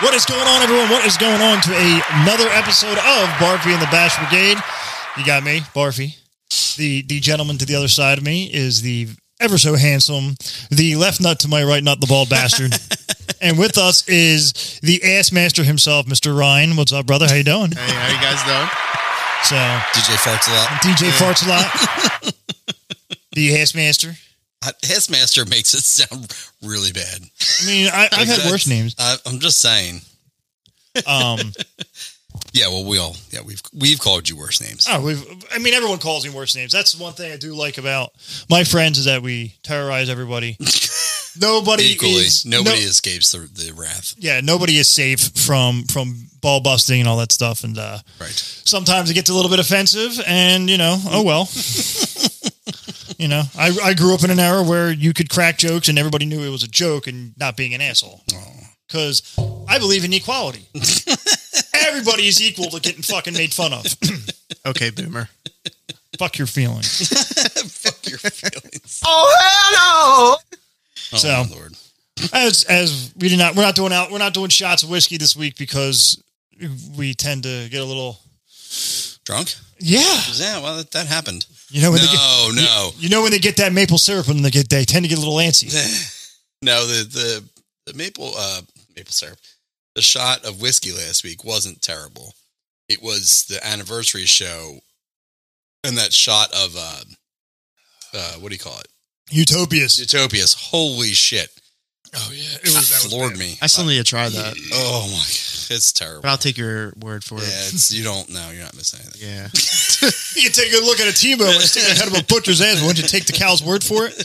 What is going on, everyone? What is going on to another episode of Barfy and the Bash Brigade? You got me, Barfy. The the gentleman to the other side of me is the ever so handsome, the left nut to my right nut, the bald bastard. and with us is the ass master himself, Mr. Ryan. What's up, brother? How you doing? Hey, how you guys doing? So DJ farts a lot. DJ farts a lot. the ass master. Uh, Hissmaster makes it sound really bad. I mean, I, I've had worse names. I, I'm just saying. Um, Yeah, well, we all yeah we've we've called you worse names. Oh, we've, I mean, everyone calls me worse names. That's one thing I do like about my friends is that we terrorize everybody. nobody Equally, is, nobody no- escapes the the wrath. Yeah, nobody is safe from from ball busting and all that stuff. And uh, Right. sometimes it gets a little bit offensive, and you know, oh well. you know, I I grew up in an era where you could crack jokes and everybody knew it was a joke and not being an asshole. Because I believe in equality. everybody is equal to getting fucking made fun of. Okay, boomer. Fuck your feelings. Fuck your feelings. Oh Oh, So- my lord. as as we did not we're not doing out we're not doing shots of whiskey this week because we tend to get a little Drunk? yeah Yeah. Well, that, that happened. you know when they get, No, no, you know when they get that maple syrup and they get they tend to get a little antsy no. The the the maple uh maple syrup. The shot of whiskey last week wasn't terrible. It was the anniversary show, and that shot of uh, uh what do you call it? utopias Utopias. Holy shit. oh yeah It floored me. Uh, I still need to try that, Oh my, God. it's terrible. but I'll take your word for yeah, it. it's, you don't know. You're not missing anything. Yeah. you can take a look at a T-bone and stick the head of a butcher's ass wouldn't you take the cow's word for it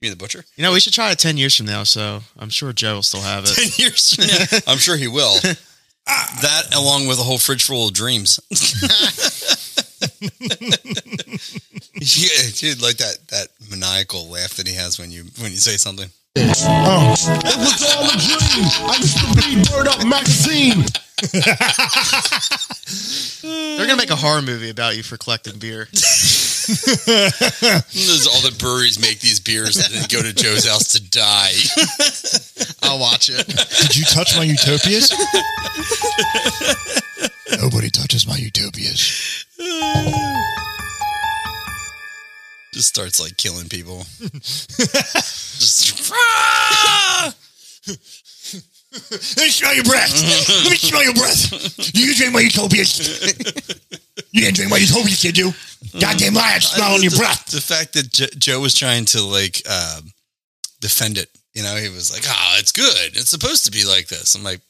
You mean the butcher? You know, we should try it 10 years from now, so I'm sure Joe will still have it. Ten years from now, I'm sure he will. that along with a whole fridge full of dreams. yeah, dude, like that that maniacal laugh that he has when you when you say something. It was all a dream. I used to read Word Up magazine. They're going to make a horror movie about you for collecting beer. There's all the breweries make these beers and then go to Joe's house to die. I'll watch it. did you touch my utopias nobody touches my utopias Just starts like killing people. Just "Ah!" let me smell your breath let me smell your breath do you drink my utopias you didn't drink my utopias did you goddamn liar smelling your the, breath The fact that jo- Joe was trying to like um, defend it, you know, he was like, "Ah, it's good. It's supposed to be like this." I'm like,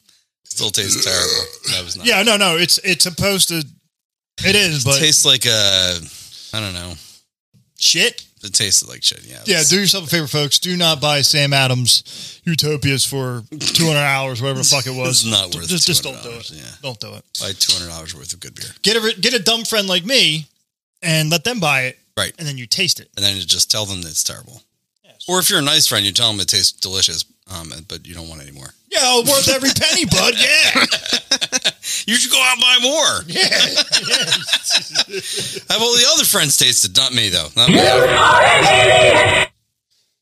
still tastes terrible. That was not. Yeah, no, no. It's it's supposed to. It is, but tastes like uh, I don't know. shit. It tasted like shit. Yeah. Yeah, it's- do yourself a favor, folks. Do not buy Sam Adams Utopias for two hundred hours, whatever the fuck it was. It's not worth Just, just don't do $200, it. yeah. Don't do it. buy two hundred dollars worth of good beer, Get a get a dumb friend like me, and let them buy it, right? and then you taste it. And then you just tell them that it's terrible. Or if you're a nice friend, you tell them it tastes delicious, um, but you don't want any more. Yeah, oh, worth every penny, bud. Yeah, You should go out and buy more. yeah. Have all the other friends tasted, not me though. Not me.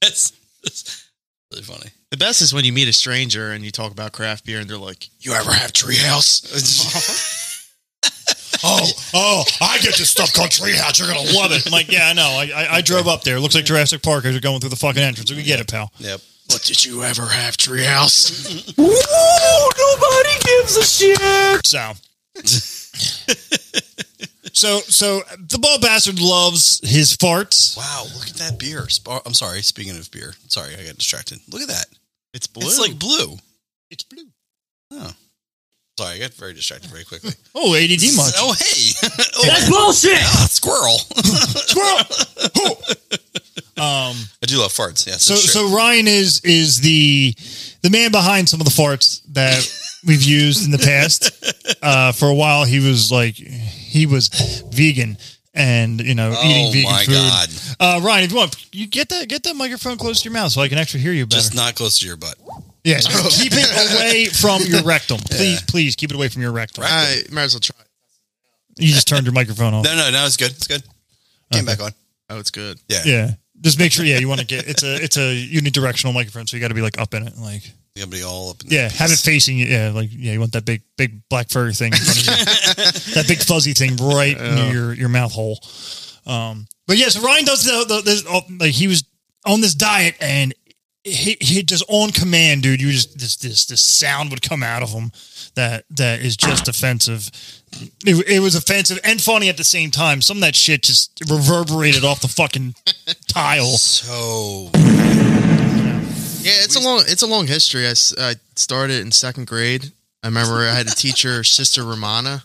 It's, it's really funny. The best is when you meet a stranger and you talk about craft beer and they're like, You ever have treehouse? Oh, oh, I get this stuff called Treehouse. You're gonna love it. I'm like, yeah, I know. I, I, I drove up there. It looks like Jurassic Park as you're going through the fucking entrance. We get it, pal. yep. What did you ever have, Treehouse? So, so, so the ball bastard loves his farts. Wow, look at that beer. Sp- I'm sorry. Speaking of beer, sorry, I got distracted. Look at that. it's blue. It's like blue. It's blue. Oh, sorry, I got very distracted very quickly. Oh, ADD much. Oh, hey, that's bullshit. squirrel. Squirrel. Who? um. I do love farts. Yes. So, that's true. so Ryan is is the the man behind some of the farts that we've used in the past. Uh, for a while, he was like he was vegan. And you know, Oh, eating vegan my food. God. Uh, Ryan, if you want, you get that get that microphone close to your mouth so I can actually hear you better. just not close to your butt. Yes, keep it away from your rectum. Please, please keep it away from your rectum. I might as well try it. You just turned your microphone off. No, no, no. It's good. It's good. Came back on. Oh, it's good. Yeah. Yeah, just make sure. Yeah, you want to get it's a it's a unidirectional microphone, so you got to be like up in it, like It's gonna be all up in Yeah, that have it piece. facing you. Yeah, like yeah, you want that big, big black furry thing, in front of you. that big fuzzy thing right near your, your mouth hole. Um, but yeah, so Ryan does the, the this, oh, like he was on this diet and he, he just on command, dude. You just this this this sound would come out of him that that is just offensive. It, it was offensive and funny at the same time. Some of that shit just reverberated off the fucking tile. So Yeah, it's a long it's a long history. I, s- I started in second grade. I remember I had a teacher, Sister Romana,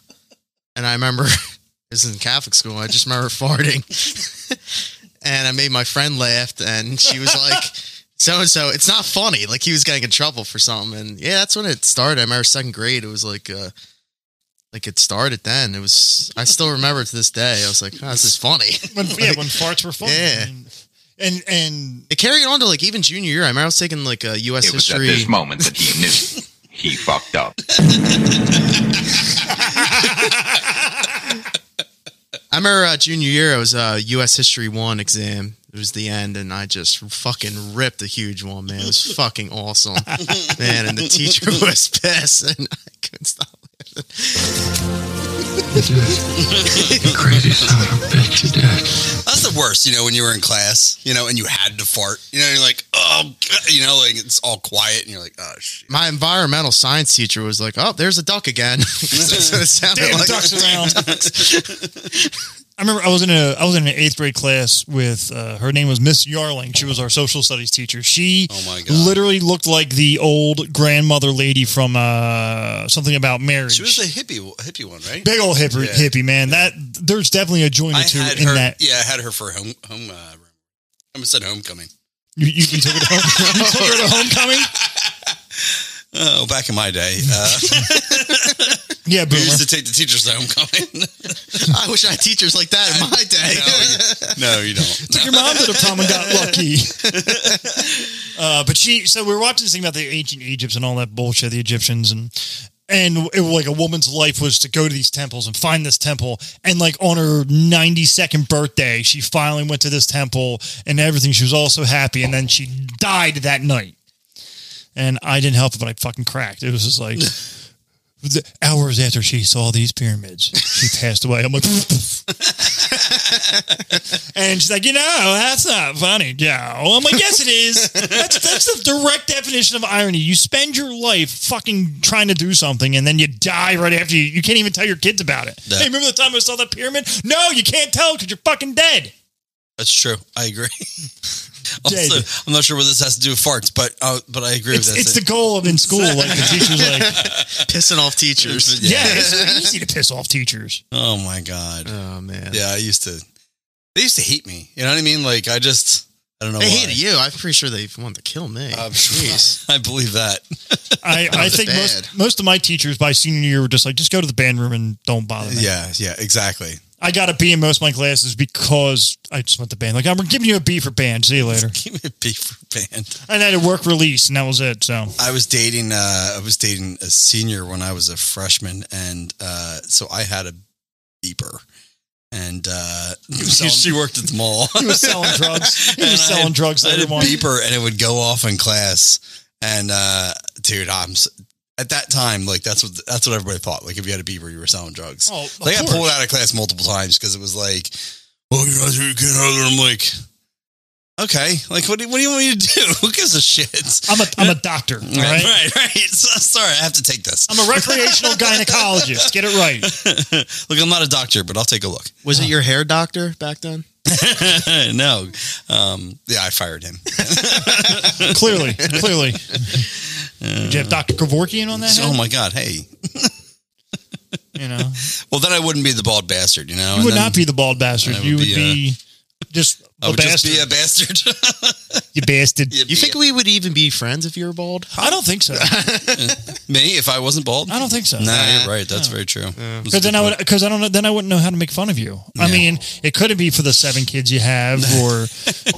and I remember this is in Catholic school. I just remember farting, and I made my friend laugh, and she was like, "So and so, it's not funny." Like he was getting in trouble for something, and yeah, that's when it started. I remember second grade. It was like. uh like it started then. It was. I still remember to this day. I was like, oh, "This is funny." When, yeah, when farts were funny. Yeah. and and It carried on to like even junior year. I remember I was taking like a U.S. It was at history. this moment that he knew he fucked up. I remember uh, junior year, I was uh, U.S. History One exam. It was the end, and I just fucking ripped a huge one, man. It was fucking awesome, man. And the teacher was pissed, and I couldn't stop. The craziest son of a bitch you did. that's the worst, you know, when you were in class, you know, and you had to fart, you know, you're like, oh, God," you know, like it's all quiet, and you're like, oh shit. My environmental science teacher was like, "Oh, there's a duck again." That's what it sounded damn like. ducks around. I remember I was in a I was in an eighth grade class with uh, her name was Miss Yarling. She was our social studies teacher. She Oh, my God. literally looked like the old grandmother lady from uh, something about marriage. She was a hippie, hippie one, right? big old hippie, Yeah. hippie man. That there's definitely a joint I or two had in her. that. Yeah, I had her for home home. Uh, room. I almost said homecoming. You, you, you took her to home, you took her to homecoming. Oh, back in my day, uh, Yeah, we used boomer. to take the teachers to homecoming. I wish I had teachers like that in my day. no, you don't. Took your mom to the prom and got lucky. uh, but she, so we were watching this thing about the ancient Egypts and all that bullshit, the Egyptians and. And it was like a woman's life was to go to these temples and find this temple. And like on her 92nd birthday, she finally went to this temple and everything. She was all so happy. And then she died that night. And I didn't help it, but I fucking cracked. It was just like the hours after she saw these pyramids, she passed away. I'm like, and she's like, you know, that's not funny, Joe. I'm like, yes, it is. That's that's the direct definition of irony. You spend your life fucking trying to do something, and then you die right after you. You can't even tell your kids about it. Yeah. Hey, remember the time I saw that pyramid? No, you can't tell because you're fucking dead. That's true. I agree. Jade. also, I'm not sure what this has to do with farts, but uh, but I agree It's, with it's this. the goal of in school. Like the teacher's like, Pissing off teachers. yeah, it's easy to piss off teachers. oh my Uh, god. Oh man. Yeah, I used to. They used to hate me. You know what I mean? Like I just Oh, I Uh, don't know. They why. hated you. I'm pretty sure they wanted to kill me. I'm sure. I believe that. I, I think bad. most most of my teachers by senior year were just like, just go to the band room and don't bother. Me. Yeah, yeah, exactly. I got a B in most of my classes because I just went to band. Like, I'm giving you a B for band. See you later. Give me a B for band. And I had a work release, and that was it. So I was dating. Uh, I was dating a senior when I was a freshman, and uh, so I had a beeper, and uh, she, she worked at the mall. he was selling drugs. He And was I selling had- drugs to I had a everyone. beeper and it would go off in class. And uh, dude, I'm s- at that time like that's what that's what everybody thought. Like if you had a beeper, you were selling drugs. Oh, of like I got pulled course. out of class multiple times because it was like, oh, you're not here, get out of there. I'm like, okay, like what do, what do you want me to do? Who gives a shit? I'm a I'm a doctor. All right, right. right, right. So- sorry, I have to take this. I'm a recreational gynecologist. Get it right. look, I'm not a doctor, but I'll take a look. Was it your hair doctor back then? no, um, yeah, I fired him. Clearly, clearly. Did you have Dr. Kevorkian on that? So, oh head? my god, hey. You know, Well, then I wouldn't be the bald bastard, you know. you And would then- not be the bald bastard. I would you would be, be uh, just I a would just bastard. be a bastard. you bastard. You'd You be think a- we would even be friends if you were bald? I don't think so. me if I wasn't bald? I don't think so. Nah, you're right. That's very true. That's a Because then good I would, point. because I don't know, then I wouldn't know how to make fun of you. I No. mean, it could be for the seven kids you have, or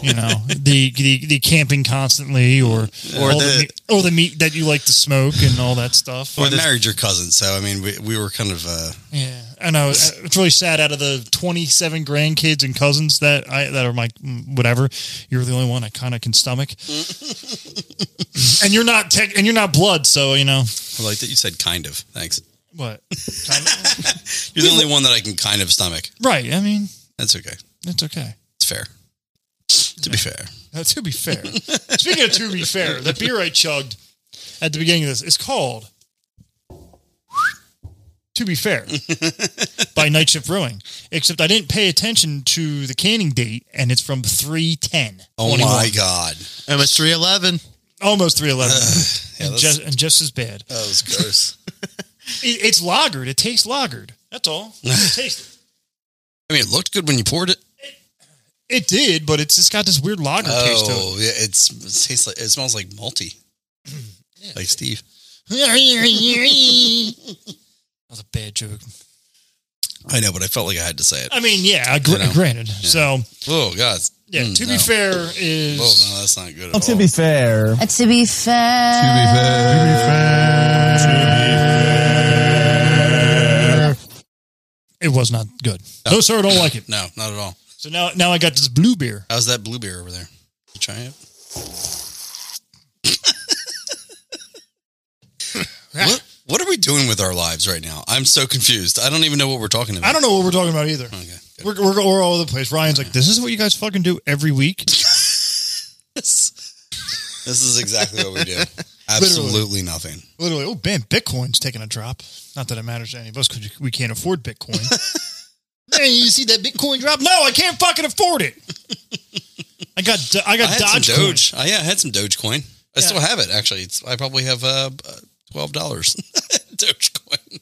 you know, the the, the camping constantly, or Or all the- meat- or the meat that you like to smoke and all that stuff. Well, I married your cousin, so I mean, we, we were kind of uh, yeah, I know it's really sad. Out of the twenty-seven grandkids and cousins that I that are my mm, whatever, you're the only one I kind of can stomach. and you're not tech, and you're not blood, so you know I like that you said kind of. Thanks. what? Kind of- You're the only one that I can kind of stomach. right? I mean, That's okay. it's okay. It's fair. To be fair. Now, to be fair, speaking of to be fair, the beer I chugged at the beginning of this is called To Be Fair by Night Shift Brewing. Except I didn't pay attention to the canning date, and it's from 310. Oh my God. It was 311. Almost 311. Yeah, and, that's- just, and just as bad. That was gross. It, it's lagered. It tastes lagered. That's all. It tastes. I mean, it looked good when you poured it. It did, but it's just got this weird lager taste to it. Oh, yeah. It's, it tastes like, it smells like malty. Like Steve. that was a bad joke. I know, but I felt like I had to say it. I mean, yeah, I gr- You know. granted. So, Oh, God. yeah, Mm, to be no. fair, Oh, is no, that's not good at all. To be fair. Uh, to be fair, it was not good. No, sir, I don't like it. No, not at all. So now, now I got this blue beer. How's that blue beer over there? You trying it? what What are we doing with our lives right now? I'm so confused. I don't even know what we're talking about. I don't know what we're talking about either. Okay. good. We're, we're, we're all over the place. Ryan's like, this is what you guys fucking do every week. This is exactly what we do. Absolutely nothing. Literally, oh, man, Bitcoin's taking a drop. Not that it matters to any of us because we can't afford Bitcoin. man, you see that Bitcoin drop? No, I can't fucking afford it. I got do- I I got had Dodge. some Doge. Doge. I, yeah, I had some Dogecoin. I Yeah. still have it actually. It's, I probably have uh, uh, twelve dollars Dogecoin.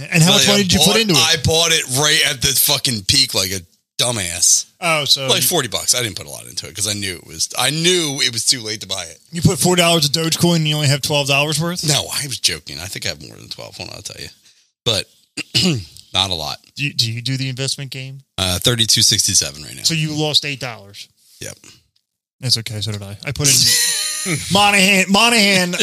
And how So, much yeah, money did you bought- put into it? I bought it right at the fucking peak, like a dumbass. oh, so like forty bucks. I didn't put a lot into it because I knew it was. I knew it was too late to buy it. you put four dollars of Dogecoin and you only have twelve dollars worth. No, I was joking. I think I have more than twelve. Hold on, I'll tell you, but not a lot. Do you, do you do the investment game? Uh, Thirty-two sixty-seven right now. So you lost eight dollars. Yep. That's okay. So did I. I put in Monahan. Monahan,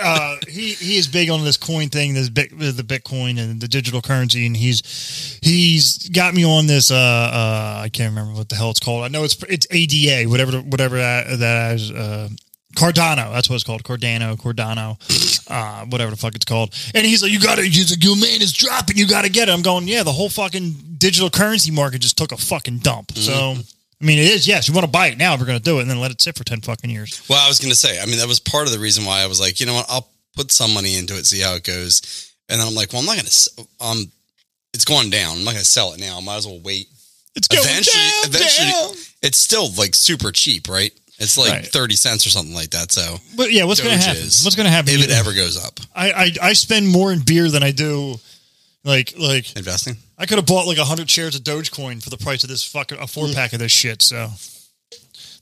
uh, he he is big on this coin thing, this bit, the Bitcoin and the digital currency, and he's he's got me on this. Uh, uh, I can't remember what the hell it's called. I know it's it's ADA, whatever whatever that that is. Uh, Cardano, that's what it's called. Cardano, Cordano, uh, whatever the fuck it's called. And he's like, "You gotta, he's like, your man is dropping. You gotta get it." I'm going, "Yeah, the whole fucking digital currency market just took a fucking dump." So, I mean, it is. Yes, you want to buy it now if you're gonna do it, and then let it sit for ten fucking years. Well, I was going to say, I mean, that was part of the reason why I was like, you know what, I'll put some money into it, see how it goes. And then I'm like, well, I'm not going to, um, it's going down. I'm not going to sell it now. I might as well wait. It's going eventually, down, eventually, down. it's still like super cheap, right? It's like Right. 30 cents or something like that. So But yeah, what's going to Doge happen? is- What's going to happen? if it ever goes up, I, I I spend more in beer than I do. Like like investing. I could have bought like hundred shares of Dogecoin for the price of this fucking a Mm. four pack of this shit. So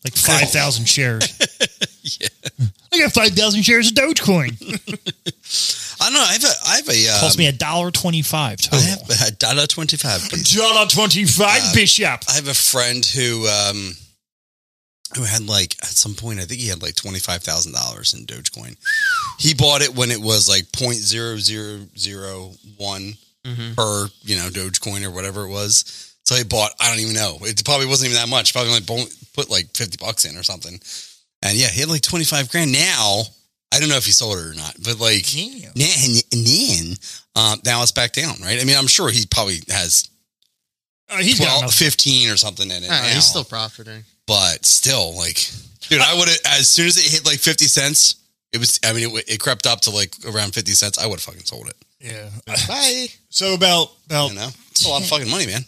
like five thousand shares. I got five thousand shares of Um, Dogecoin. I don't know. I have a, I have a, um, Cost me a dollar twenty five I total. have Uh, a dollar 25, please. Dollar twenty five, Bishop. I have a friend who um who had like at some point I think he had like twenty five thousand dollars in Dogecoin. He bought it when it was like point zero zero zero one per you know Dogecoin or whatever it was. So he bought I don't even know it probably wasn't even that much probably only bo- put like fifty bucks in or something. And yeah, he had like twenty five grand now. I don't know if he sold it or not, but like Damn. Nah, and and then um, now it's back down, right? I mean, I'm sure he probably has Uh, he's got 12, enough. 15 or something in it. Ah, now he's still profiting. but still, like, dude, I would have as soon as it hit like fifty cents. It was, I mean, it, wa- it crept up to like around fifty cents. I would have fucking sold it. Yeah. Bye. So about about You know, it's a lot of fucking money, man.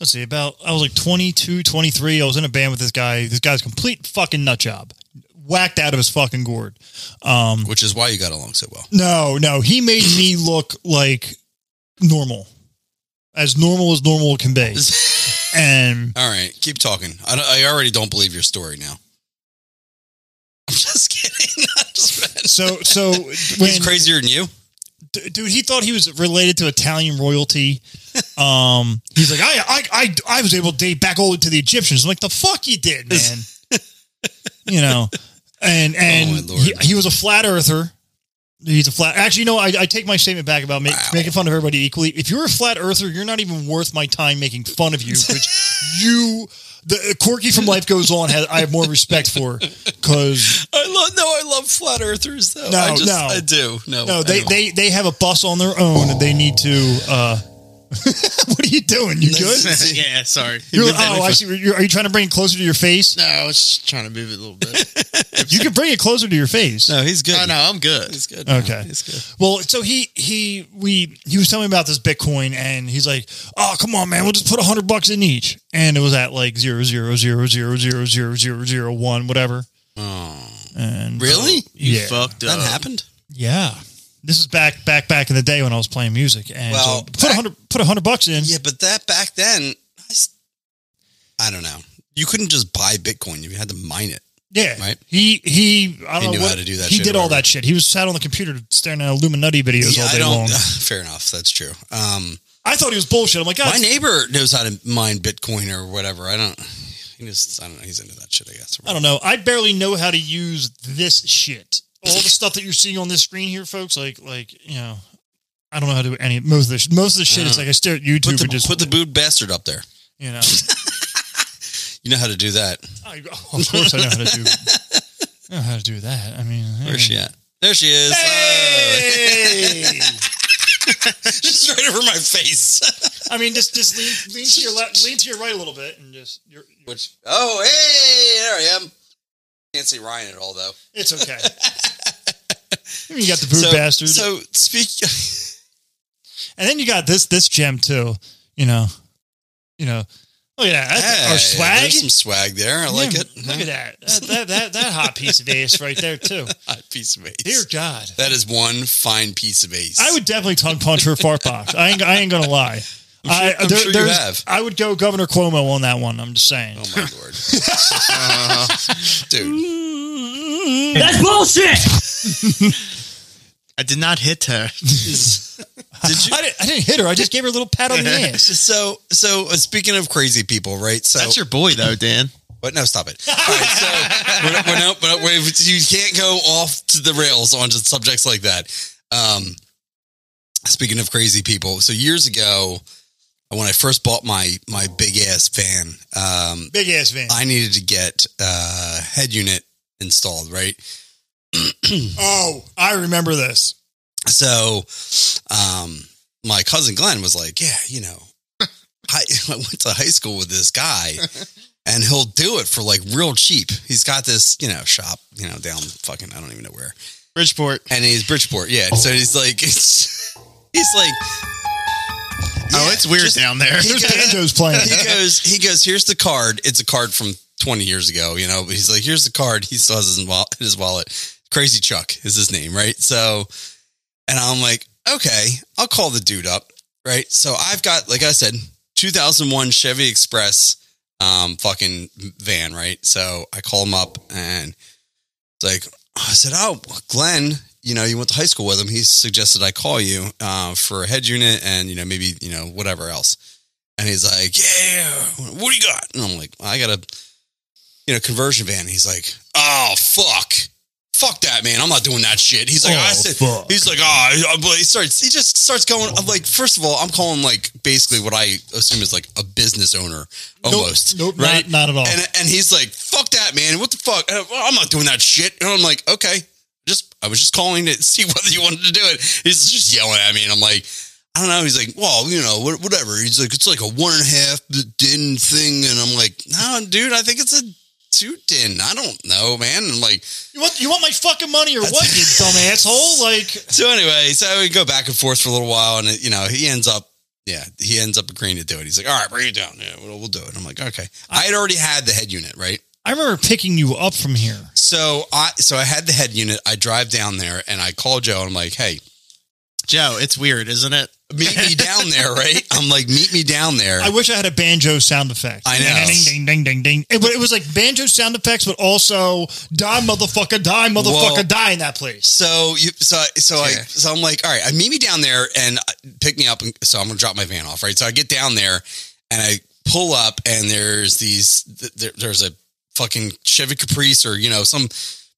let's see about i was like 22 23 i was in a band with this guy this guy's a complete fucking nut job whacked out of his fucking gourd um Which is why you got along so well. no no he made me look like normal as normal as normal can be and All right, keep talking. I, don't- I already don't believe your story now. I'm just kidding. I'm just so so He's when crazier than you. d- dude he thought he was related to italian royalty um he's like I, I i i was able to date back all to the egyptians I'm like the fuck you did man you know and and Oh, my Lord. he, he was a flat earther He's a flat. Actually, no. I, I take my statement back about make, Wow. making fun of everybody equally. If you're a flat earther, you're not even worth my time making fun of you. Which you, the Corky from Life Goes On, has, I have more respect for because I love no, I love flat earthers though. No, I just, no. I do. No, no, I they, don't. they they have a bus on their own and they need to. uh What are you doing? You good? yeah, sorry. You're, oh, I see. You're, are you trying to bring it closer to your face? No, I was just trying to move it a little bit. You can bring it closer to your face. no, Oh, he's good. no, no, I'm good. he's good. Okay. he's good. Well, so he he we he was telling me about this Bitcoin, and he's like, "Oh, come on, man, we'll just put a hundred bucks in each," and it was at like zero zero zero zero zero zero zero zero one, whatever. Oh, And Really? You yeah, fucked up. That happened. yeah. This is back back back in the day when I was playing music, and Well, so put a hundred put a hundred bucks in. Yeah, but that back then, I, s- I don't know. You couldn't just buy Bitcoin; you had to mine it. Yeah, Right. He he. I don't He know knew what, how to do that He shit did or all whatever. that shit. He was sat on the computer staring at Illuminati videos all I day long. Fair enough. That's true. Um, I thought he was bullshit. I'm like, God, my neighbor knows how to mine Bitcoin or whatever. I don't. He just, I don't know. He's into that shit. I guess. I don't know. I barely know how to use this shit. All the stuff that you're seeing on this screen here, folks, like like you know, I don't know how to do any most of this. Most of the shit is like I stare at YouTube Uh-huh. Put the, and just put the booed bastard up there. you know. You know how to do that. I, of course, I know how to do. I know how to do that. I mean, Where's she at? There she is. Oh, Hey! she's Oh. right over my face. I mean, just just lean, lean to your left, lean to your right a little bit, and just you're, Which? Oh, hey, there I am. Can't see Ryan at all though. it's okay. I mean, you got the boot bastard, So speak. and then you got this this gem too. You know, you know. Look at that. That's Hey, our swag. There's some swag there. I like Yeah, it. Look at that. That, that, that, that hot piece of ace right there, too. Hot piece of ace. Dear God. That is one fine piece of ace. I would definitely tongue punch her fart box. I ain't, I ain't going to lie. I, I'm sure you there's- have. I would go Governor Cuomo on that one. I'm just saying. Oh my lord, dude! I did not hit her. Did you? I, didn't, I didn't hit her. I just gave her a little pat on the ass. So so uh, speaking of crazy people, right? So That's your boy, though, Dan. But no, stop it. All right, so we're not, we're not, we're not, we're, you can't go off to the rails on just subjects like that. Um, speaking of crazy people, so years ago, when I first bought my my big ass van, um, Big ass van. I needed to get uh, head unit installed, right? oh, I remember this. So, um, my cousin Glenn was like, "Yeah, you know, I, I went to high school with this guy, and he'll do it for like real cheap. He's got this, you know, shop, you know, down fucking I don't even know where, Bridgeport. and he's Bridgeport, yeah. So he's like, he's like, Oh, it's weird just- down there. There's banjos playing. he goes, he goes, here's the card. It's a card from 20 years ago, you know, but he's like, here's the card. He still has his, wall- in his wallet. Crazy Chuck is his name, right? So, and I'm like, okay, I'll call the dude up, right? So I've got, like I said, 2001 Chevy Express um, fucking van, right? So I call him up and it's like, I said, oh, Glenn, you know, you went to high school with him. He suggested I call you uh, for a head unit and, you know, maybe, you know, whatever else. And he's like, "Yeah, what do you got?" And I'm like, "I got a, you know, conversion van." He's like, "Oh fuck, fuck that man! I'm not doing that shit." He's like, Oh, "I said," fuck. he's like, "Ah," oh. but he starts, he just starts going. I'm like, first of all, I'm calling like basically what I assume is like a business owner almost, Nope, nope right? not, not at all. and and he's like, "Fuck that man! What the fuck? And I'm, I'm not doing that shit." And I'm like, "Okay, just I was just calling to see whether you wanted to do it." He's just yelling at me, and I'm like. I don't know. He's like, well, you know, wha- whatever. He's like, it's like a one and a half din thing, and I'm like, no, dude, I think it's a two din. I don't know, man. I'm like, you, want, you want my fucking money or what, you dumb asshole? Like, so anyway, so we go back and forth for a little while, and it, you know, he ends up, yeah, he ends up agreeing to do it. He's like, all right, bring it down. Yeah, we'll, we'll do it. I'm like, okay. I had already had the head unit, right? I remember picking you up from here. So I, so I had the head unit. I drive down there, and I call Joe, and I'm like, hey, Joe, it's weird, isn't it? meet me down there, right? I'm like, meet me down there. I wish I had a banjo sound effect. I know. Ding, ding, ding, ding, ding. It, but it was like banjo sound effects, but also die, motherfucker, die, motherfucker, Well- die in that place. So you so so I Yeah. so I'm like, all right, uh, meet me down there and uh, pick me up. And so I'm gonna drop my van off, right? So I get down there and I pull up, and there's these th- there, there's a fucking Chevy Caprice or you know some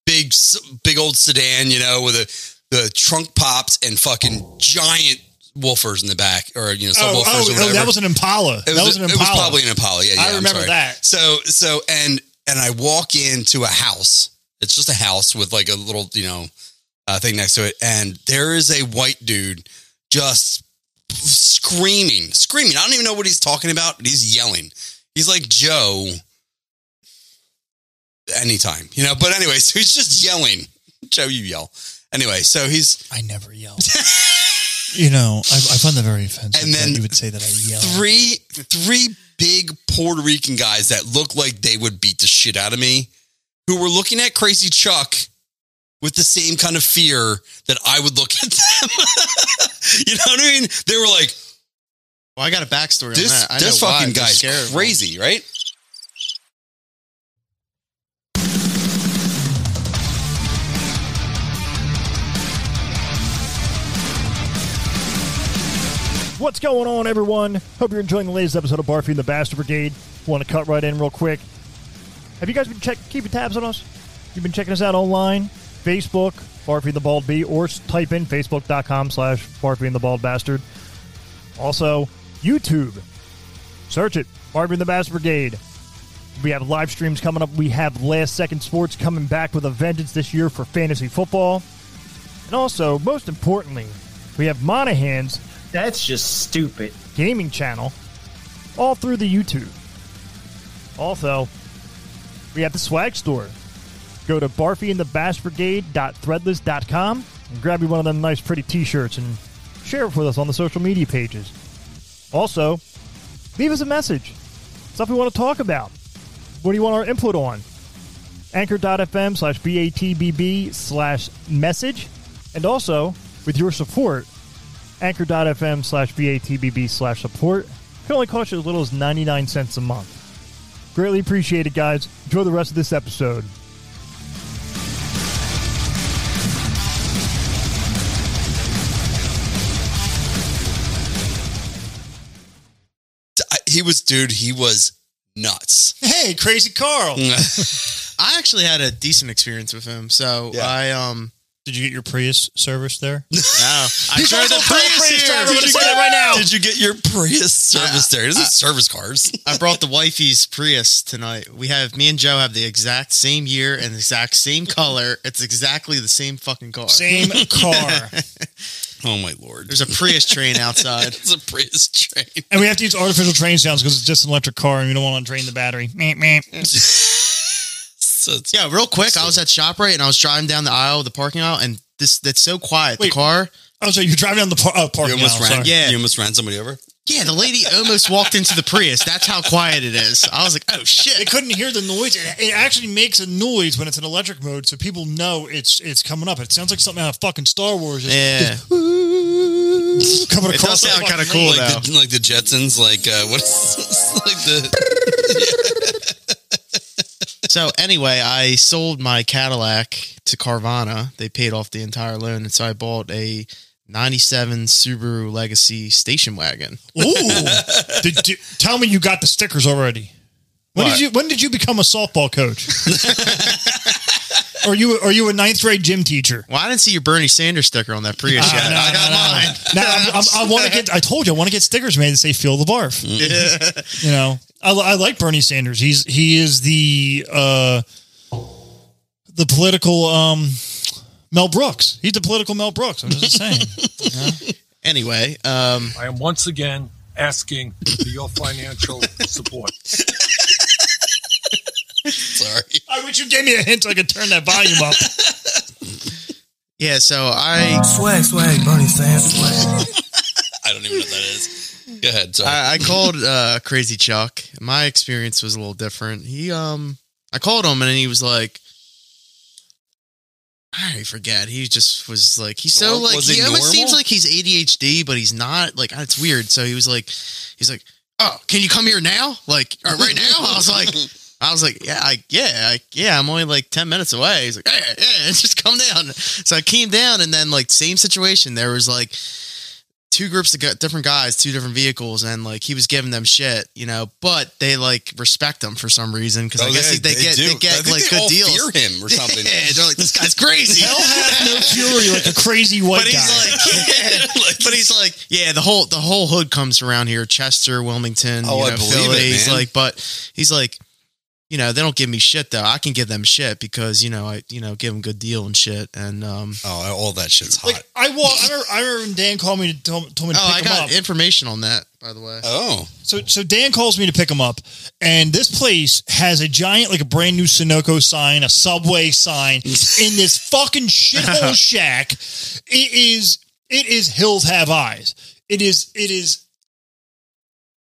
big s- big old sedan, you know, with a the trunk pops and fucking giant woofers in the back, or you know, subwoofers Oh, oh, or oh, whatever. that was an Impala. It that was an It was Impala. probably an Impala. Yeah, yeah I I'm remember sorry. that. So so and and I walk into a house. It's just a house with like a little you know uh, thing next to it, and there is a white dude just screaming, screaming. I don't even know what he's talking about, but he's yelling. He's like Joe. Anytime, you know. But anyway, so he's just yelling. Joe, you yell. Anyway, so he's I never yell. you know, I, I find that very offensive. And And then then you would say that I yell. three three big Puerto Rican guys that look like they would beat the shit out of me, who were looking at Crazy Chuck with the same kind of fear that I would look at them. you know what I mean? They were like, Well, I got a backstory "This on that. I this know why. fucking They're guy's scared of him. crazy, right?" What's going on, everyone? Hope you're enjoying the latest episode of Barfy and the Bastard Brigade. Want to cut right in real quick. Have you guys been check keeping tabs on us? You've been checking us out online, Facebook, Barfy and the Bald Bee, or s- type in facebook.com slash Barfy and the Bald Bastard. Also, YouTube. Search it, Barfy and the Bastard Brigade. We have live streams coming up. We have Last Second Sports coming back with a vengeance this year for fantasy football. And also, most importantly, we have Monahan's That's just stupid. gaming channel all through the YouTube. Also, we have the swag store. Go to barfyandthebashbrigade.threadless.com and grab you one of them nice pretty t-shirts and share it with us on the social media pages. Also, leave us a message. Stuff we want to talk about. What do you want our input on? Anchor.fm slash BATBB slash message. And also, with your support, anchor.fm slash VATBB slash support. Can only cost you as little as 99 cents a month. Greatly appreciate it, guys. Enjoy the rest of this episode. I- He was, dude. He was nuts. Hey, Crazy Carl. I actually had a decent experience with him, so Yeah. I um. Did you get your Prius service there? No, I He's drove also the full of Prius Prius here. driver. I'm gonna say that right now. Did you get your Prius service there? It Doesn't I- service cars. I brought the wifey's Prius tonight. We have me and Joe have the exact same year and the exact same color. It's exactly the same fucking car. Same car. Oh my lord! There's a Prius train outside. It's a Prius train. and we have to use artificial train sounds because it's just an electric car and we don't want to drain the battery. Meh, meh. So it's- Yeah, real quick, I was at Shoprite and I was driving down the aisle, the parking aisle, and this that's so quiet. Wait. The car. Oh, so you're driving down the par- oh, You parking lot. almost ran. Sorry. Yeah. You almost ran somebody over. Yeah, the lady almost walked into the Prius. That's how quiet it is. I was like, oh They shit. couldn't hear the noise. It, it actually makes a noise when it's in electric mode, so people know it's it's coming up. It sounds like something out of fucking Star Wars. It's Yeah. coming It across the does sound fucking kind of cool lane. though. Like the, like the Jetsons, like uh, what is this? like the So anyway, I sold my Cadillac to Carvana. They paid off the entire loan, and so I bought a '97 Subaru Legacy station wagon. Ooh. did you, tell me you got the stickers already. When What? did you when did you become a softball coach? are you are you a ninth grade gym teacher? Well, I didn't see your Bernie Sanders sticker on that Prius yet. I got mine. No, I'm, I'm, I want to get. I told you I want to get stickers made that say "Feel the Barf." You know, I, li- I like Bernie Sanders. He's he is the uh, the political um, Mel Brooks. He's the political Mel Brooks. I'm just saying. Anyway, um, I am once again asking for your financial support. sorry. I wish you gave me a hint so I could turn that volume up. yeah. So I, Swag, swag, Bernie Sanders. Swag. I don't even know what that is. Go ahead. Sorry. I I called uh, Crazy Chuck. My experience was a little different. He um, I called him and he was like. I already forget. He just was like he's so Norm- like was he it almost normal? seems like he's ADHD, but he's not. Like it's weird. So he was like, he's like, oh, can you come here now? Like or right now? I was like, I was like, yeah, I, yeah, I, yeah. I'm only like ten minutes away. He's like, yeah, yeah, just come down. So I came down, and then like same situation. There was like two groups of gu- different guys, two different vehicles, and like he was giving them shit, you know. But they like respect him for some reason because I Oh, guess yeah, they, get do. they I get think like they good all Fear deals. him or something. Yeah, they're like this guy's crazy. Hell hath no fury like a crazy white guy. but he's like, yeah. but he's like, yeah. The whole the whole hood comes around here, Chester, Wilmington, Oh, you I know, believe Philly. it, He's man. like, but he's like, you know, they don't give me shit though. I can give them shit because you know I you know give them good deal and shit. And um, oh, all that shit's hot. like I walk. I remember, I remember when Dan called me to tell, told me to oh, I pick him got up. information on that by the way. oh, So so Dan calls me to pick him up, and this place has a giant, like a brand new Sunoco sign, a subway sign in this fucking shithole shack. It is it is hills have eyes. It is it is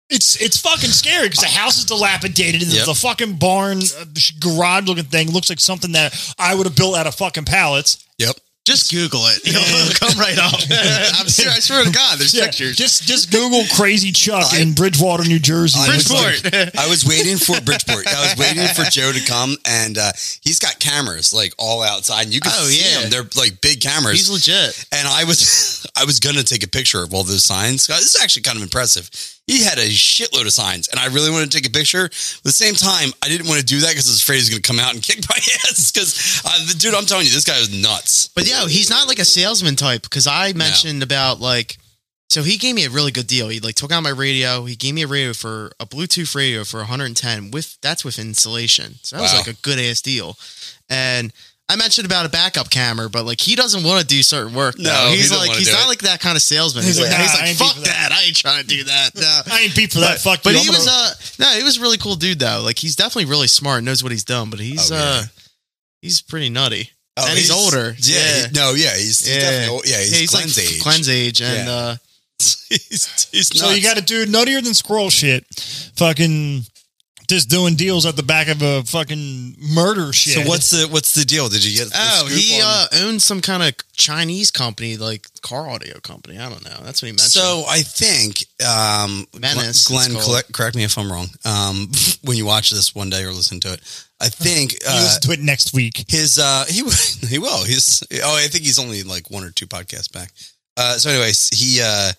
it's it's fucking scary because the house is dilapidated and Yep. the fucking barn uh, garage looking thing looks like something that I would have built out of fucking pallets. yep. Just Google it. It'll come right up. I'm serious. I swear to God, there's Yeah, pictures. just just Google crazy Chuck in Bridgewater, New Jersey. I was like- Bridgeport. I was waiting for Bridgeport. I was waiting for Joe to come, and uh, he's got cameras like all outside, and you can Oh, see yeah. them. They're like big cameras. He's legit. and I was, I was gonna take a picture of all those signs. God, This is actually kind of impressive. He had a shitload of signs, and I really wanted to take a picture. At the same time, I didn't want to do that because I was afraid he was gonna come out and kick my ass. Because, uh, dude, I'm telling you, this guy was nuts. But yeah, he's not like a salesman type because I mentioned about like, so he gave me a really good deal. He like took out my radio. He gave me a radio for a Bluetooth radio for 110 with that's with insulation. So that was Wow. like a good ass deal. And I mentioned about a backup camera, but like he doesn't want to do certain work. No, though. he he's doesn't like wanna he's do not it. like that kind of salesman. He's He's like, like, he's "Nah, I like ain't deep fuck for that." that. I ain't trying to do that. No. I ain't beat for that. Fuck But you. he I'm was gonna- uh no, he was a really cool dude though. Like he's definitely really smart, knows what he's done, but he's Oh, yeah. uh he's pretty nutty. and he's, older. Oh, Yeah. Yeah. he- no. Yeah. He's, he's Yeah. definitely old. Yeah. He's, Yeah, he's like Glenn's age. Glenn's age and Yeah. uh he's, he's So you nuts. got a dude nuttier than squirrel shit, fucking just doing deals at the back of a fucking murder shit. So what's the what's the deal? Did you get? the Oh, scoop he on- uh, owns some kind of Chinese company, like car audio company. I don't know. That's what he mentioned. So I think um, Menace, Glenn, it's Glenn called. correct, correct me if I'm wrong. Um, when you watch this one day or listen to it, I think you uh, listen to it next week? his uh, he will- he will. He's oh, I think he's only like one or two podcasts back. Uh, so, anyways, he uh, I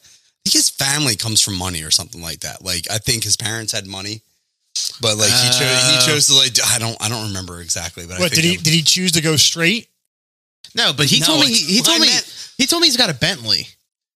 think his family comes from money or something like that. Like I think his parents had money, but like he chose Oh. he chose to like I don't I don't remember exactly. But I Uh. What think did he it- did he choose to go straight? no, but he No, told me it's- he, he told I me meant- he told me he's got a Bentley.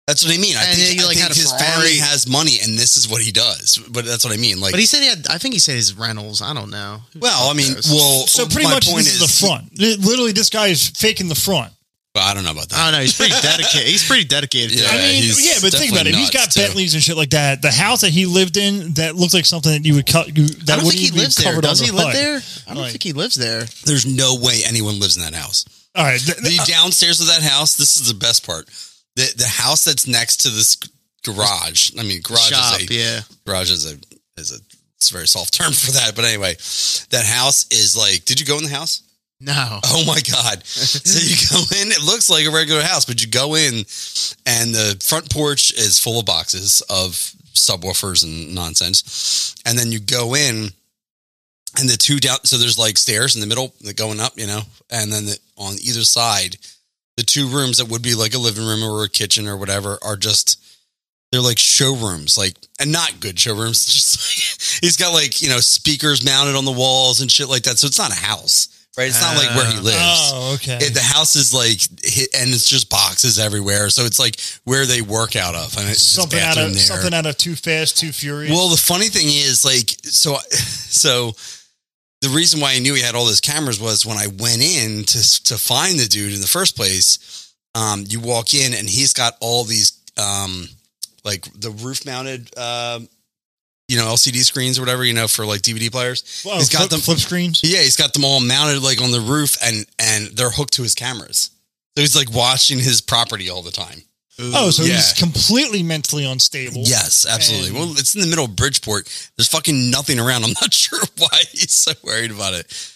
That's what I mean. I And think, he, I like, think had a his Ferrari. family has money, and this is what he does. But that's what I mean. Like, But he said he had. I think he said his rentals. I don't know. Who well, I mean, knows? well, So pretty my much point this is, the front. Li- Literally, this guy is faking the front. Well, I don't know about that. I don't know. He's pretty dedicated. He's pretty dedicated. to Yeah, I it. mean, he's yeah, but think about definitely it. He's got nuts, too. Bentleys and shit like that. The house that he lived in that looked like something that you would cut. You, that I don't wouldn't think he even be lives there. covered Does under he live HUD. there? I don't Like- think he lives there. There's no way anyone lives in that house. All right, th- The downstairs of that house. This is the best part. The the house that's next to this garage. I mean, garage Shop. is a Yeah. garage is a is a it's a very soft term for that. But anyway, that house is like. Did you go in the house? No. Oh my God. so you go in, it looks like a regular house, but you go in and the front porch is full of boxes of subwoofers and nonsense. And then you go in and the two down, so there's like stairs in the middle that going up, you know, and then the, on either side, the two rooms that would be like a living room or a kitchen or whatever are just, they're like showrooms, like, and not good showrooms. Just like, he's got like, you know, speakers mounted on the walls and shit like that. So it's not a house, right? It's not like where he Ah. lives. oh okay. It, the house is like, hi- and it's just boxes everywhere. So it's like where they work out of, and it's something just out bathroom of there. something out of Too Fast, Too Furious. well, the funny thing is, like, so, I- so the reason why I knew he had all those cameras was when I went in to to find the dude in the first place. Um, you walk in and he's got all these, um, like the roof mounted, um, you know, LCD screens or whatever, you know, for like DVD players. Whoa, he's got flip, them- flip screens. Yeah, he's got them all mounted like on the roof, and and they're hooked to his cameras. So he's like watching his property all the time. Oh, so yeah. he's completely mentally unstable. Yes, absolutely. And- well, it's in the middle of Bridgeport. There's fucking nothing around. I'm not sure why he's so worried about it.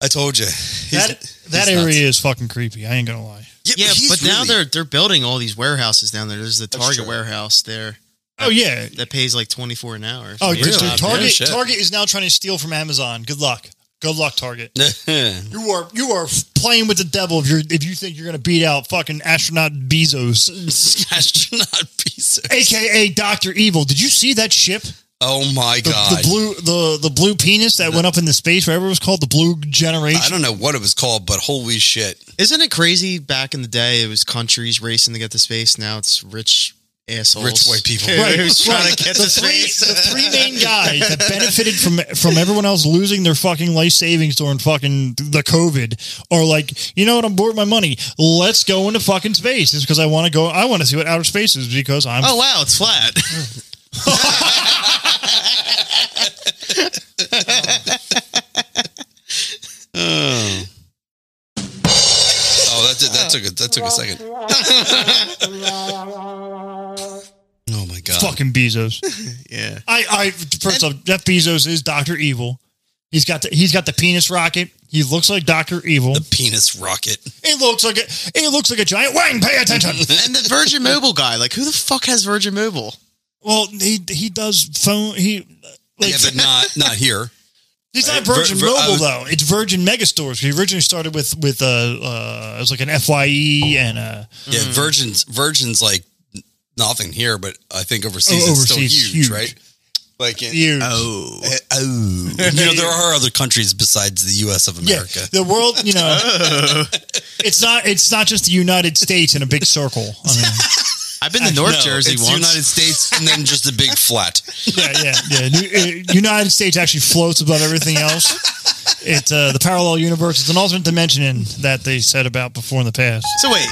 I told you. He's- that that he's area nuts. is fucking creepy. I ain't gonna lie. Yeah, he's but now really- they're they're building all these warehouses down there. There's the That's Target true. warehouse there Oh yeah. that pays like twenty four an hour. Oh, Yeah. dude, Really? Target Yeah, shit. Target is now trying to steal from Amazon. Good luck. Good luck, Target. That's You are you are playing with the devil if you are if you think you're gonna beat out fucking astronaut Bezos, Astronaut piece. of- aka Doctor Evil. Did you see that ship? Oh my The, god! the blue the the blue penis that went up into space, whatever it was called, the blue generation. I don't know what it was called, but holy shit! Isn't it crazy? Back in the day, it was countries racing to get to space. Now it's rich assholes, Rich white people. who's Right, trying right. to get the to three, space. the three main guys that benefited from from everyone else losing their fucking life savings during fucking the COVID are like, you know what? I'm bored with my money. Let's go into fucking space. It's because I want to go. I want to see what outer space is because I'm. Oh wow, it's flat. Oh, that did, that took a, that took a second. oh my god! Fucking Bezos. yeah. I, I first off, Jeff Bezos is Doctor Evil. He's got the he's got the penis rocket. He looks like Doctor Evil. The penis rocket. It looks like a it looks like a giant wang. Pay attention. And the Virgin Mobile guy, like who the fuck has Virgin Mobile? well, he he does phone. He like Yeah, but not not here. It's not Vir- Virgin Vir- I Mobile was- though. It's Virgin Megastores. We originally started with with uh, uh it was like an Fye and uh Yeah, Virgin's Virgin's like nothing here, but I think overseas Oh, it's still overseas, huge, huge. right? Like in, huge. Oh. Eh, oh, you know there are other countries besides the U.S. of yeah, America. the world. You know, it's not it's not just the United States in a big circle. I I've been to North No, Jersey it's once. United States, and then just a big flat. mean, yeah, yeah, yeah. New, uh, United States actually floats above everything else. It's uh, the parallel universe. It's an alternate dimension in, that they said about before in the past. so wait.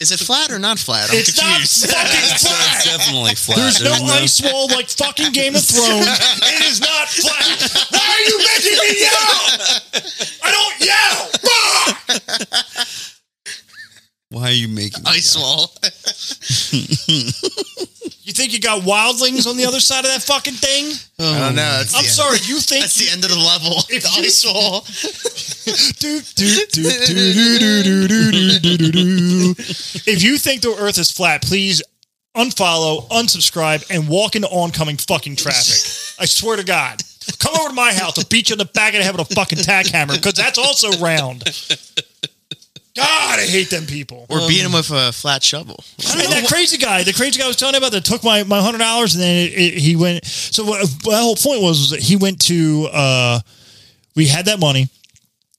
Is it flat or not flat? I'm It's not confused. fucking So flat. it's definitely flat. There's no ice wall like fucking Game of Thrones. It is not flat. Why are you making me yell? I don't yell. Fuck! Why are you making? Ice wall. You think you got wildlings on the other side of that fucking thing? I don't know. That's I'm the sorry. You think That's Oh. the end of the level. If the you- ice wall. do, do, do, do, do, do, do, do, do, do, do. if you think the Earth is flat, please unfollow, unsubscribe, and walk into oncoming fucking traffic. I swear to God. Come over to my house. I'll beat you in the back of the head with a fucking tack hammer because that's also round. God, I hate them people. Or beat him with a flat shovel. I mean, that crazy guy, the crazy guy I was telling you about that took my, my hundred dollars and then it, it, he went. So what, my whole point was, was that he went to, uh, we had that money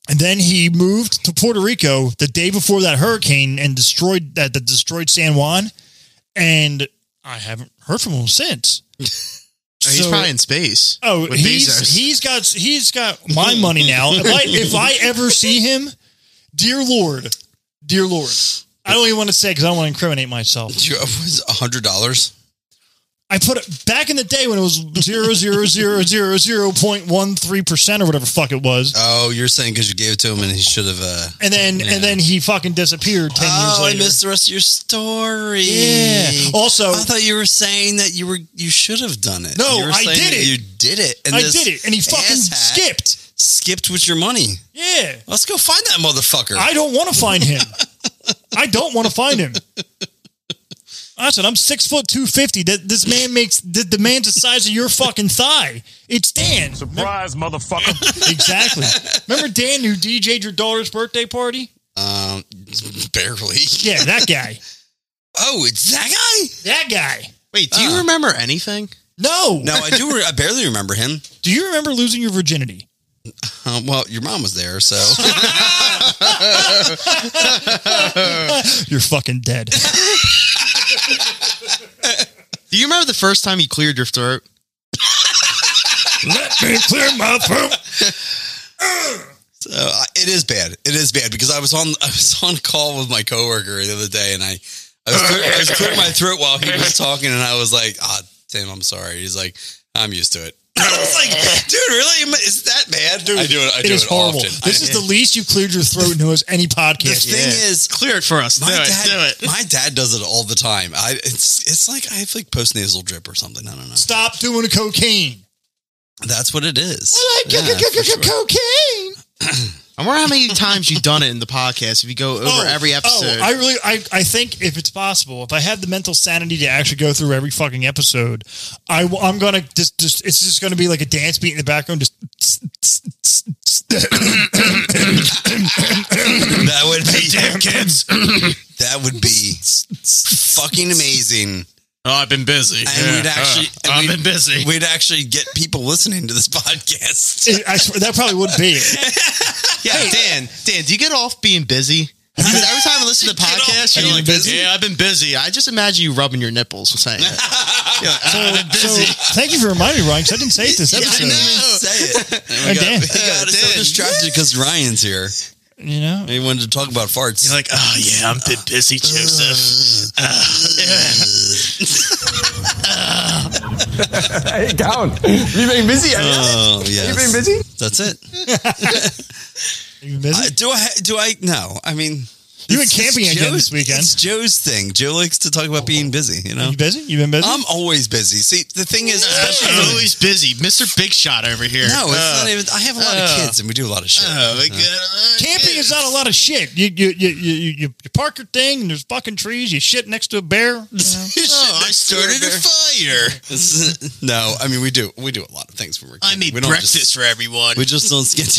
and then he moved to Puerto Rico the day before that hurricane and destroyed that, that destroyed San Juan. And I haven't heard from him since. He's So- probably in space. Oh, with he's Bezos. he's got he's got my money now. If I if I ever see him, dear Lord, dear Lord, I don't even want to say because I don't want to incriminate myself. You, was hundred dollars. I put it back in the day when it was zero zero zero zero zero point one three percent or whatever fuck it was, Oh, you're saying because you gave it to him and he should have. Uh, and then Yeah. and then he fucking disappeared ten oh, I years later. missed the rest of your story. yeah. Also, I thought you were saying that you were you should have done it. No, You were I saying did that it. You did it. And I this did it, and he fucking asshat skipped. Skipped with your money. Yeah, Let's go find that motherfucker. I don't want to find him. I don't want to find him. I said I'm six foot two fifty. That this man makes the, the man's the size of your fucking thigh. It's Dan. Surprise, motherfucker. Exactly. Remember Dan who DJ'd your daughter's birthday party? um, barely. Yeah, that guy. Oh, it's that guy. Uh. That guy. Wait, do Ah. you remember anything? No. No, I do. Re- I barely remember him. Do you remember losing your virginity? Um, well, your mom was there, so You're fucking dead. Do you remember the first time you cleared your throat? Let me clear my throat. so Uh, I it is bad. It is bad because I was on I was on a call with my coworker the other day, and I I was, clear, I was clearing my throat while he was talking, and I was like, "Ah, Tim, I'm sorry." He's like, "I'm used to it." I was like, "Dude, really? Am I- Is that bad?" Dude, I do it. I It do is it horrible. often. This I- is the least you cleared your throat in who has any the podcast. thing is. Clear it for us. My do dad, it. Do it. my dad does it all the time. I it's it's like I have like post nasal drip or something. I don't know. Stop doing the cocaine. That's what it is. I like Yeah, for sure. cocaine. I wonder how many times you've done it in the podcast. If you go over every episode, Oh, I really, I, I think if it's possible, if I have the mental sanity to actually go through every fucking episode, I, will- I'm gonna just, just, it's just gonna be like a dance beat in the background. Just, That would be damn kids. that would be fucking amazing. oh, I've been busy. And we'd actually- and uh, I've we'd- been busy. We'd actually get people listening to this podcast. it, I swear, that probably would be it. yeah, Dan, Dan, do you get off being busy? 'Cause every time I listen to the off podcast, you're being like, busy? "Yeah, I've been busy." I just imagine you rubbing your nipples and saying, it. You're like, So, "I've been busy." so thank you for reminding me, Ryan, because I didn't say it this episode. Say it. And we Again. got, we got so Again. distracted because Ryan's here. you know, He wanted to talk about farts. You're like, "Oh yeah, I'm been busy, Joseph." Hey, down. You've been busy. oh yes. You've been busy. That's it. you, busy? I, do I? Do I? No. I mean, you went it's- it's camping again Joe's- this weekend. It's Joe's thing. Joe likes to talk about being busy. You know, You busy? You been busy? I'm always busy. See, the thing is, especially I'm always busy, Mister Big Shot over here. no, it's Uh, not even. I have a lot of Oh. kids, and we do a lot of shit. oh, we got- Camping is not a lot of shit. You you you you, you, you park your thing and there's fucking trees. You shit next to a bear. you know? Oh, I started a bear. fire. no, I mean we do we do a lot of things when we're. I kids. made we don't breakfast Just, for everyone. we just don't get.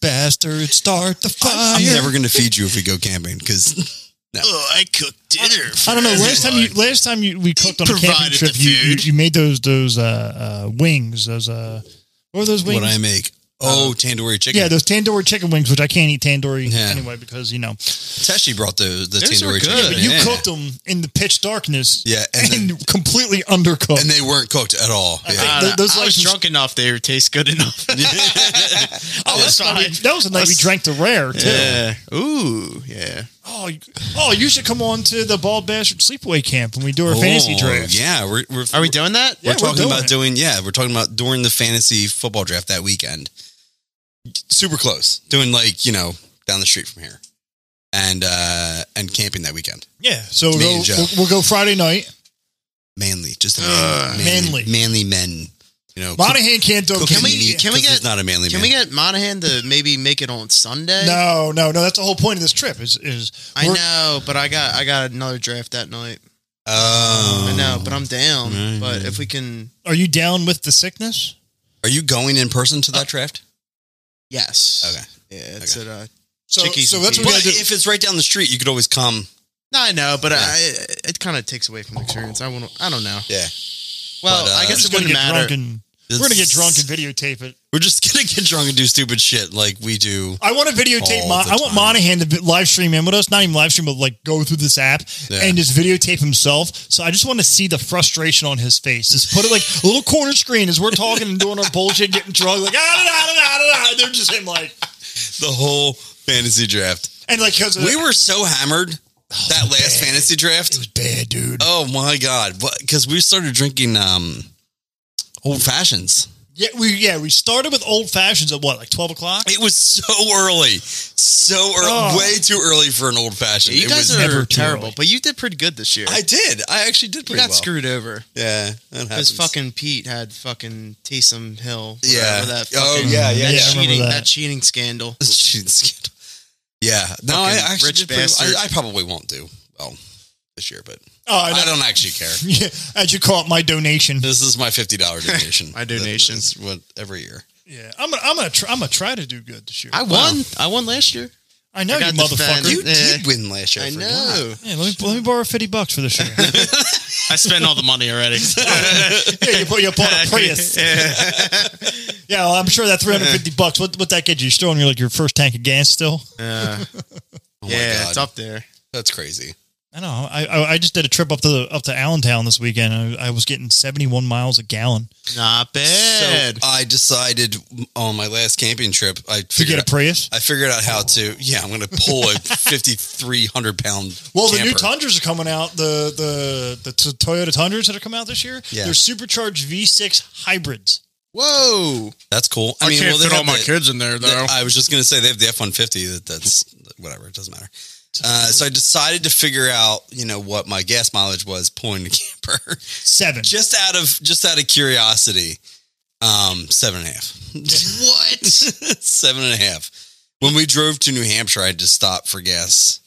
Bastard, start the fire. I'm never going to feed you if we go camping because oh, I cooked dinner. I don't know. Last time you, last time you, we cooked on a camping provided trip, the you, you food. you made those those uh, uh, wings. Those uh, what were those wings? what I make. Oh, tandoori chicken. yeah, those tandoori chicken wings, which I can't eat tandoori Yeah. anyway because you know. Teshi brought the the Those were tandoori good. chicken. But you yeah. cooked them in the pitch darkness. Yeah, and and, then- completely undercooked. and they weren't cooked at all. Uh, Yeah. Th- those I was license- drunk enough; they were- taste good enough. oh, that's why we- that was the night we drank the rare too. Yeah. Ooh. Yeah. Oh, you- oh, you should come on to the Bald Bastard Sleepaway Camp when we do our fantasy Oh, draft. Yeah, we're we're, Are we doing that? Yeah, we're we're talking doing about it. doing yeah, we're talking about during the fantasy football draft that weekend. Super close. Doing like, you know, down the street from here. And uh and camping that weekend. Yeah, so Me we'll, and go- Joe. we'll, we'll go Friday night. Manly, just a man, manly, Manly. manly men, you know. Monahan can't do. Can we- can we He's get- not a manly Can man. we get Monahan to maybe make it on Sunday? No, no, no. That's the whole point of this trip. Is is I we're- know, but I got I got another draft that night. oh, I know, but I'm down. Mm. But if we can, Are you down with the sickness? Are you going in person to that draft? yes. uh, Okay. Yeah, it's Okay. at. Uh, So, Chickies so and that's what we But gotta do. if it's right down the street, you could always come. no, I know, but I it kind of takes away from the experience. I want. I don't know. Yeah. Well, But, uh, We're I guess just it gonna wouldn't get drunk matter. and we're gonna get drunk and videotape it. We're just gonna get drunk and do stupid shit like we do. I want to videotape. All Mon- the I want time. Monahan to vi- live stream in with us. Not even live stream, but like go through this app Yeah. and just videotape himself. So I just want to see the frustration on his face. Just put it like a little corner screen as we're talking and doing our bullshit, getting drunk. Like ah, da, da, da, da, da, da. they're just him like The whole fantasy draft. and like because We were so hammered that last fantasy draft. bad, dude. Oh my god! Because we started drinking um old fashions. Yeah, we yeah we started with old fashions at what like twelve o'clock. It was so early, so early, Oh. way too early for an old fashioned. You it guys was, are never too terrible, early. but you did pretty good this year. I did. I actually did we pretty got well. screwed over. Yeah, that Because happens. fucking Pete had fucking Taysom Hill. Yeah. whatever That Oh, fucking, yeah, yeah, that yeah, I remember cheating, that. that. cheating scandal. Shooting scandal. Yeah, no, I Fucking actually rich did pretty well. bastard. I, I probably won't do well this year, but Oh, I, I know. don't actually care. Yeah, as you call it, my donation. This is my fifty dollar donation. My donation. That's what every year. Yeah, I'm gonna, I'm gonna, try, I'm gonna try to do good this year. I won. I won last year. I know I you got the fan. motherfucker. You Yeah. did win last year. I, I forgot. know. Hey, let me let me borrow fifty bucks for this year. I spent all the money already. yeah, you bought, you bought a Prius. yeah, well, I'm sure that 350 bucks. What what that get you? You're still on your like your first tank of gas still. Oh my yeah, God. it's up there. That's crazy. I know. I, I I just did a trip up to up to Allentown this weekend. I, I was getting 71 miles a gallon Not bad. So I decided on my last camping trip. I to get figured. a Prius. out, I figured out how to. Yeah, I'm going to pull a 5,300 pound. Well, the new camper. Tundras are coming out. The the the t- Toyota Tundras that are coming out this year. Yeah. They're supercharged V6 hybrids. Whoa. That's cool. I, mean, well, they have the- kids in there, the- uh, I was just going to say they have the F150. That that's whatever. It doesn't matter. Uh, so I decided to figure out, you know, what my gas mileage was pulling the camper, Seven. just out of just out of curiosity. Um, seven and a half. what? seven and a half. When we drove to New Hampshire, I had to stop for gas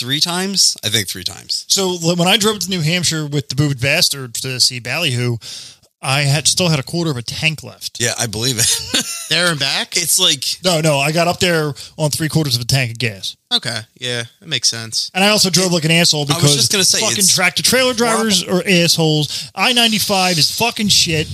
three times. I think three times. So l- when I drove to New Hampshire with the booed bastard to see Ballyhoo, I had still had a quarter of a tank left. Yeah, I believe it. There and back? it's like No, no, I got up there on three quarters of a tank of gas, Okay. Yeah, that makes sense. and I also drove like an asshole I was because just gonna say, fucking it's- tractor trailer drivers are assholes. I ninety five is fucking shit.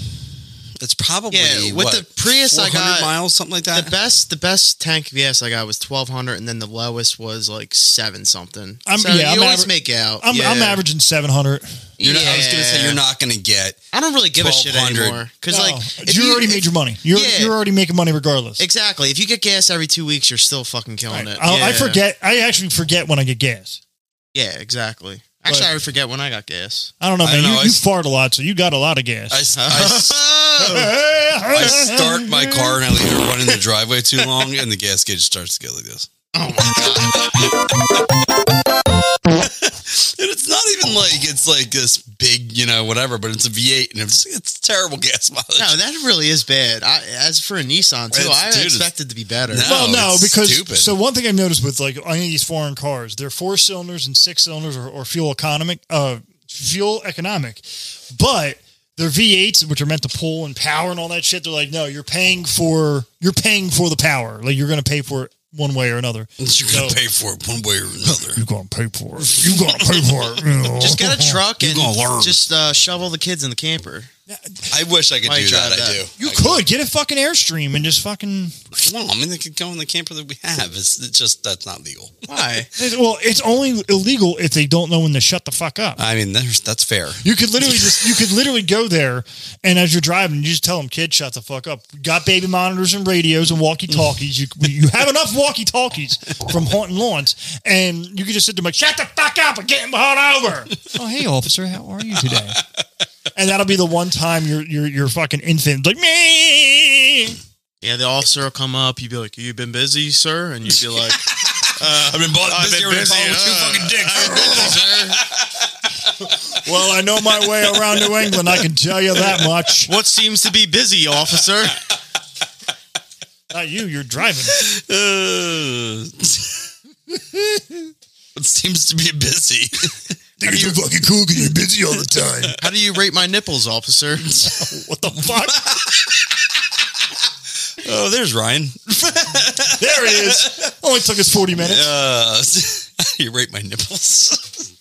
it's probably Yeah, with what, the Prius I 400 got- miles something like The that. best the best tank of gas I got was twelve hundred and then the lowest was like seven something. I'm- so yeah, you I'm always aver- make out. I'm, yeah. I'm averaging seven hundred. You're not, I was gonna say Yeah. you're not gonna get. I don't really give a shit 1200. anymore. Because like if you, already made your money. You're, Yeah. you're already making money regardless. Exactly. If you get gas every two weeks, you're still fucking killing it. I, I Yeah. forget. I actually forget when I get gas. Yeah, exactly. Actually, But- I would forget when I got gas. I don't know, I man. don't you know, I you s- fart a lot, so you got a lot of gas. I, s- I s- I start my car and I leave it running the driveway too long, and the gas gauge starts to get like this. Oh, and it's not even like it's like this big, you know, whatever. But it's a V8, and it's it's terrible gas mileage. No, that really is bad. I, as for a Nissan too, It's- I dude, it's- expected to be better. No. Well, no, Oh, it's because stupid. so one thing I've noticed with like any of these foreign cars, they're four cylinders and six cylinders or, or fuel economic, uh, fuel economic, but they're V8s which are meant to pull and power and all that shit. They're like, no, you're paying for you're paying for the power. Like you're going to pay for it one way or another. You're gonna So- pay for it one way or another. You're going to pay for it. You're going to pay for it. you know. Just get a truck and gonna learn. just uh, shovel the kids in the camper. I wish I could Might do that. drive I that. do. You I could get a fucking airstream and just fucking. Well, I mean, they could go in the camper that we have. It's, it's just that's not legal. Why? Well, it's only illegal if they don't know when to shut the fuck up. I mean, there's, that's fair. You could literally just you could literally go there, and as you're driving, you just tell them, "Kid, shut the fuck up." We got baby monitors and radios and walkie talkies. You you have enough walkie talkies from haunting lawns, and you could just sit there like, "Shut the fuck up! I'm getting pulled over." oh, hey, officer, how are you today? And that'll be the one time your your your fucking infant like me. Yeah, the officer will come up. You'd be like, "You've been busy, sir," and you'd be like, I've been bought this I've been year with busy, two uh, fucking dicks. Well, I know my way around New England. I can tell you that much. "What seems to be busy, officer?" Not you. You're driving. it seems to be busy. You're too fucking cool because you're busy all the time. How do you rate my nipples, officer? What the fuck? oh, there's Ryan. There it is. Only took us 40 minutes. Uh, you rate my nipples.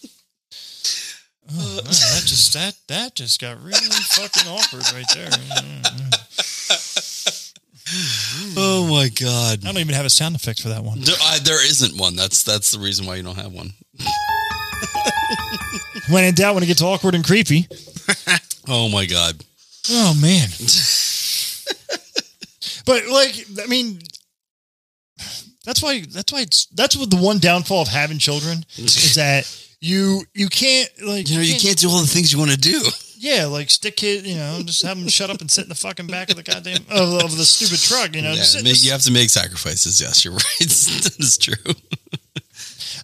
Wow, that just that that just got really fucking awkward right there. I Oh my god. don't even have a sound effect for that one. There, I, there isn't one. That's that's the reason why you don't have one. When in doubt, when it gets awkward and creepy. Oh my god. Oh man. but like, I mean, that's why that's why it's that's what the one downfall of having children is that you you can't like You know you can't do all the things you want to do. yeah like stick kid you know just have them shut up and sit in the fucking back of the goddamn of, of the stupid truck you know Yeah, just sit in make- the- you have to make sacrifices. Yes, you're right. that is true.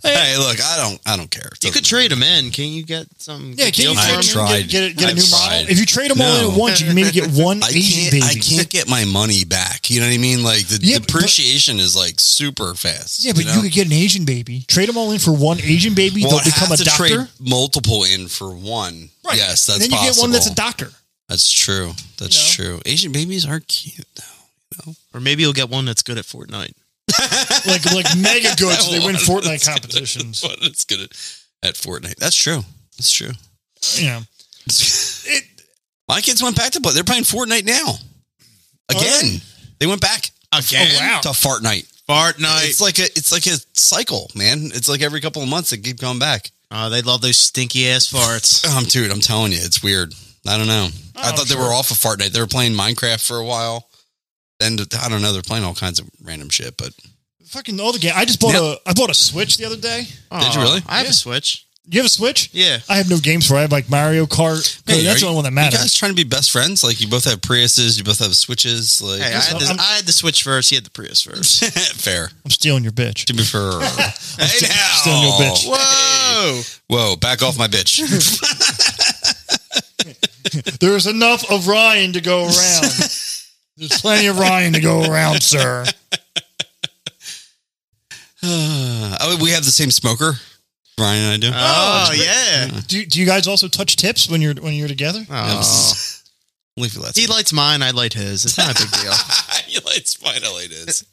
hey, look, I don't I don't care. you could trade them in. Can't you get some? Yeah, good can deal you for trade 'em? them? tried. Get, get, a- get a I've new tried. model. If you trade them all in No. at once, you can maybe get one I Asian can't. baby. I can't get my money back. You know what I mean? Like the Yeah, but- depreciation is like super fast. Yeah, but you, know? could get an Asian baby. Trade them all in for one Asian baby. Well, they'll I'd become a have to doctor. trade multiple in for one. Right. Yes, that's then you possible. get one that's a doctor. That's true. That's You true. Asian babies are cute though. Or maybe you'll get one that's good at Fortnite. Like like mega good, so they win Fortnite competitions. But it's good at, at Fortnite. That's true. That's true. You know. It, My kids went back to play. They're playing Fortnite now. Again. They went back Again? Oh, wow. to Fortnite. Fortnite. It's like a it's like a cycle, man. It's like every couple of months they keep going back. Oh, they love those stinky ass farts. Um, dude, I'm telling you, it's weird. I don't know. I Oh, thought they sure. were off of Fortnite. They were playing Minecraft for a while. Then I don't know. They're playing all kinds of random shit. But fucking all the game. I just bought a I bought a Switch the other day. Did you really? Uh, I have Yeah. Oh, a Switch. You have a Switch? Yeah. I have no games for. it. I have like Mario Kart. Hey, that's the are only one that You guys matters. trying to be best friends? Like you both have Priuses. You both have switches. Like Hey, I had, this, I'm- I had the Switch first. He had the Prius first. fair. I'm stealing your bitch. To be fair. hey now. stealing your bitch. Oh, Whoa! Whoa, back off my bitch. There's enough of Ryan to go around. There's plenty of Ryan to go around, sir. oh, we have the same smoker. Brian and I do. Oh, yeah. Do, do you guys also touch tips when you're when you're together? Oh. Leafy lets He lights mine, I light his. It's not a big deal. you like finally it is.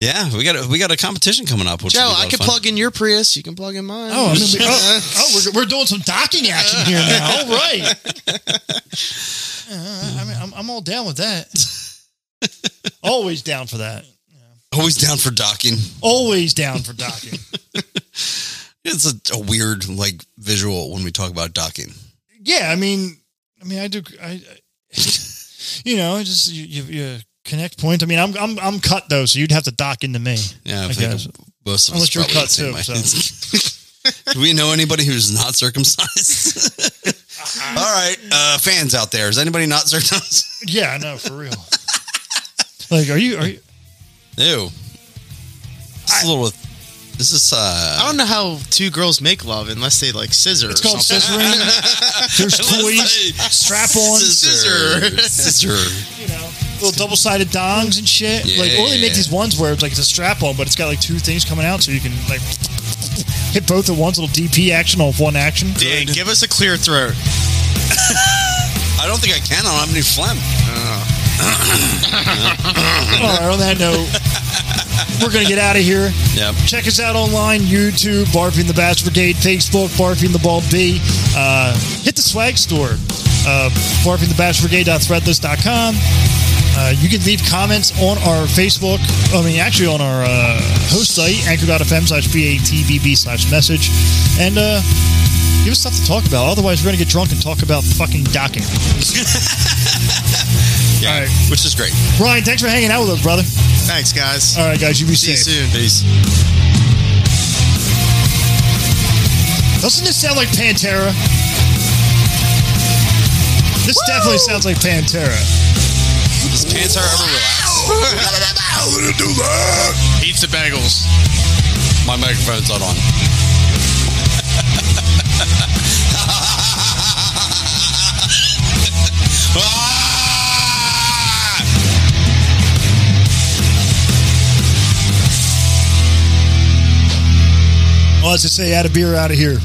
Yeah, we got a, we got a competition coming up. Which Joe, will be a lot I of can fun. plug in your Prius. You can plug in mine. Oh, I'm gonna be, oh, oh, we're, we're doing some docking action here now. All right. Uh, I mean, I'm, I'm all down with that. Always down for that. Always down for docking. Always down for docking. It's a, a weird like visual when we talk about docking. Yeah, I mean, I mean, I do. I, I you know, I just you, you, you connect point. I mean, I'm I'm I'm cut though, so you'd have to dock into me. Yeah, I I think guess. most of Unless us you're probably cut the same too, way. so. Do we know anybody who's not circumcised? All right, uh, fans out there, is anybody not circumcised? Yeah, I know for real. like, are you are you? Ew. This is a little. This is uh. I don't know how two girls make love unless they like scissor. It's or called something. scissoring. There's toys, strap ons. Scissor. Scissor. you know, little double sided dongs and shit. Yeah. Like, or they make these ones where it's like it's a strap on, but it's got like two things coming out, so you can like hit both at once. Little DP action off one action. Dude, give us a clear throat. I don't think I can. I don't have any phlegm. All right. On that note, we're gonna get out of here. Yep. Check us out online, YouTube, Barfing the Bass Brigade, Facebook, Barfing the Bald B. Uh, hit the swag store, uh, barfingthebassbrigade.threadless.com. Uh, you can leave comments on our Facebook, I mean, actually on our uh, host site, anchor.fm slash BATBB slash message. And uh, give us stuff to talk about. Otherwise, we're going to get drunk and talk about fucking docking. Yeah, All right. which is great. Ryan, thanks for hanging out with us, brother. Thanks, guys. All right, guys, you be See you safe. soon. Peace. Doesn't this sound like Pantera? This definitely sounds like Pantera. Does Pantera ever relax? Pizza bagels. My microphone's not on. Ah! Well, as I say, out of beer, out of here.